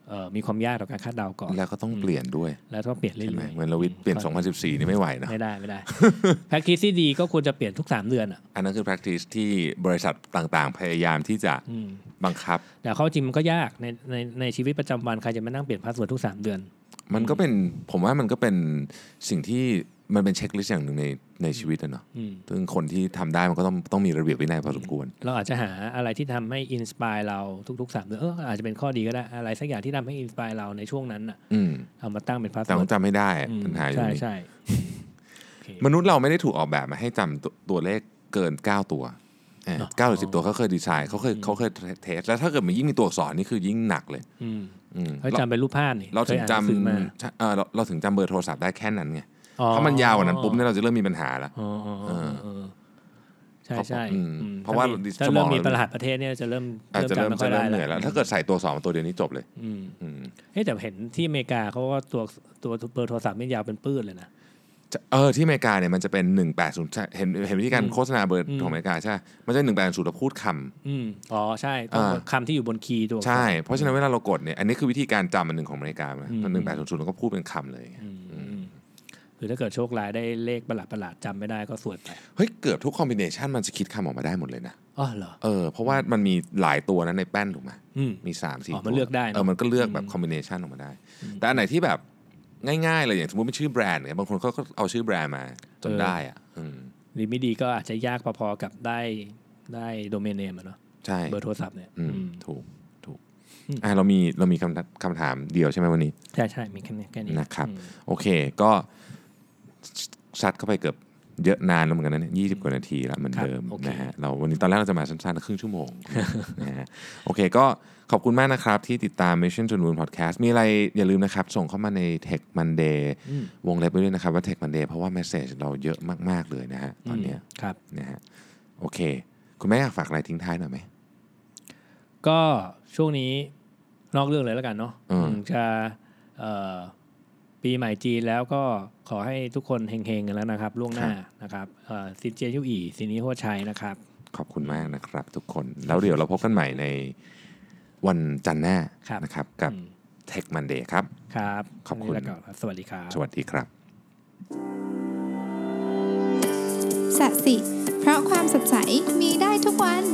เอ่อมีความยากต่อการคาดเดาก่อน
แล้วก็ต้องเปลี่ยนด้วย
แล้วต้องเปลี่ยนเรื่อ
ใช่ไหม
ยๆ
เหมือนเราวิทย์เปลี่ยน
ก่อ
2014 นี่ไม่ไหวนะ
ไม่ได้ไม่ได้ แพ็กทีที่ดีก็ควรจะเปลี่ยนทุกสามเดือนอ่ะ
อันนั้นคือ practice ที่บริษัทต่างๆ พยายามที่จะ
อืม
บังคับ
แต่เข้าจริงมันก็ยากในในในชีวิตประจำวันใครจะมานั่งเปลี่ยนพาสเวิร์ดทุกสามเดือน
มันก็เป็นผมว่ามันก็เป็นสิ่งที่มันเป็นเช็คลิสต์อย่างหนึ่งในในชีวิตอะเนาะ
อืม
ซึ่งคนที่ทำได้มันก็ต้องต้องมีระเบียบวินัยพอสมควร
เราอาจจะหาอะไรที่ทำให้อินสปายเราทุกๆสามเดือนเอออาจจะเป็นข้อดีก็ได้ อะไรสักอย่างที่ทำให้อินสปายเราในช่วงนั้นน่ะ
อืม
เอามาตั้งเป็นพาส
แต่ต้องจำให้ได้อะปัญหาอยู่
ใช่
นี่
ใช่โอเค
มนุษย์เราไม่ได้ถูกออกแบบมาให้จำตัวตัวเลขเกิน 9 ตัวเอ่อ
เนอะ
เก้าหรือสิบตัวเขาเคยดีไซน์เขาเคยเขาเคยเทสแล้วถ้าเกิดมันยิ่งมีตัวอักษรนี่คือยิ่งหนักเลย
อืม
อืม
เขาจำเป็นรูปภาพนี่
เราถึงจ
เคยอ่นหนัสือมา
ำใช่เอ่อเราเราถึงจำเบอร์โทรศัพท์ได้แค่นั้นไง
อ๋อ
ถ้ามันยาวกว่านั้นปุ๊บเนี่ยเราจะเริ่มมีปัญหาละ
อ๋ออ๋ออ๋ออ๋อใช่ใช่
อืม
อืม
เพราะว่า
ถ้มี
ส
ถ้าม เริ่
อ
ม
ง
มี
เรา
ประหลาดประเทศเนี่ยจะเริ่ม
อาจจะเริ่ม
จำไม่ค่
จะ
อย
เริ่มเห
ได้
นื่อยแล้ว
แล้ว
ถ้าเกิดใส่ตัวสองตัวเดียวนี้จบเลย
อืม
อืม
เฮ้ยแต่เห็นที่อเมริกาเขาก็ตัวตัวเบอร์โทรศัพท์ไม่ยาวเป็นปื้นเลยนะ
จะเออที่อเมริกาเนี่ยมันจะเป็น 180ใช่เห็นเห็นวิธีการโฆษณาเบอร์
อืม
ของอเมริกาใช่ มันจะ180แล้วพูดคำ
อืมอ๋อใช่ต้อง
อ่า
คำที่อยู่บนคีย์ตัว
ใช่ เพราะฉะนั้นเวลาเรากดเนี่ยอันนี้คือวิธีการจำอันหนึ่งของอเมริกานะ
อืม
มันหนึ่งแปดศูนย์ศูนย์แล้วก็พูดเป็นคำเลย
หรือถ้าเกิดโชคร้ายได้เลขประหลาดประหลาดๆจำไม่ได้ก็สวดไป
เฮ้ย เกือบทุกคอมบิเนชันมันจะคิดคำออกมาได้หมดเลยนะ
อ๋อเหรอ
เออเพราะว่ามันมีหลายตัวนะในแป้นถูกไหม
อืม
มีสามสี่
อ๋อมันเลือกได้นะ
เออมันก็เลือกแบบ
อืม
คอมบิเนชันออกมาได้ แต่อันไหนที่แบบง่ายๆเลยอย่างสมมติเป็นชื่อแบรนด์เนี่ยบางคนเขาก็เอาชื่อแบรนด์มาจนได้อ่ะอืม
หรือไม่ดีก็อาจจะยากพอๆกับได้ได้โดเมนเนมอะเนาะ
ใช่
เบอร์โทรศัพท์เนี่ย
อืม
อืม
ถูกถูก
อืม
อ่ะเรามีเรามีคำถามคำถามเดียวใช่ไหมวันนี้
ใช่ใช่มีแค่นี้แค่นี้
นะครับ
อืม
โอเค ก็ซัดเข้าไปเกือบเยอะนานแล้วเหมือนกันนะเนี่ยยี่สิบกว่านาทีแล้วเหมือนเดิมนะฮะ เราวันนี้ตอนแรกเราจะมาสั้นๆครึ่งชั่วโมง นะฮะ โอเค ก็ขอบคุณมากนะครับ ที่ติดตาม Mission to the Moon Podcast มีอะไรอย่าลืมนะครับ ส่งเข้ามาใน Tech Monday
อืม
วงเล็บไว้ด้วยนะครับว่า Tech Monday เพราะว่า Message เราเยอะมาก ๆ เลยนะฮะ ตอนเนี้ย
ครับ
นะฮะ โอเค คุณแม่อยากฝากอะไรทิ้งท้ายหน่อยไหม
ก็ช่วงนี้นอกเรื่องเลยแล้วกันเนาะ
อืม
อืมจะเอ่อปีใหม่จีนแล้วก็ขอให้ทุกคนเฮงๆกันแล้วนะครับ ล่วงหน้านะครับเอ่อซินเจียยู่อีซินนี้หัวชัยนะครับ
ขอบคุณมากนะครับทุกคน แล้วเดี๋ยวเราพบกันใหม่ในวันจันทร์หน้า
ครับ
นะครับกับ
อืม
Tech Monday ครับ
ครับ
ขอบคุณ
วันนี้ลาก่นรับสวัสดีครับ
สวัสดีครับ
สัสิ เพราะความสดใสมีได้ทุกวัน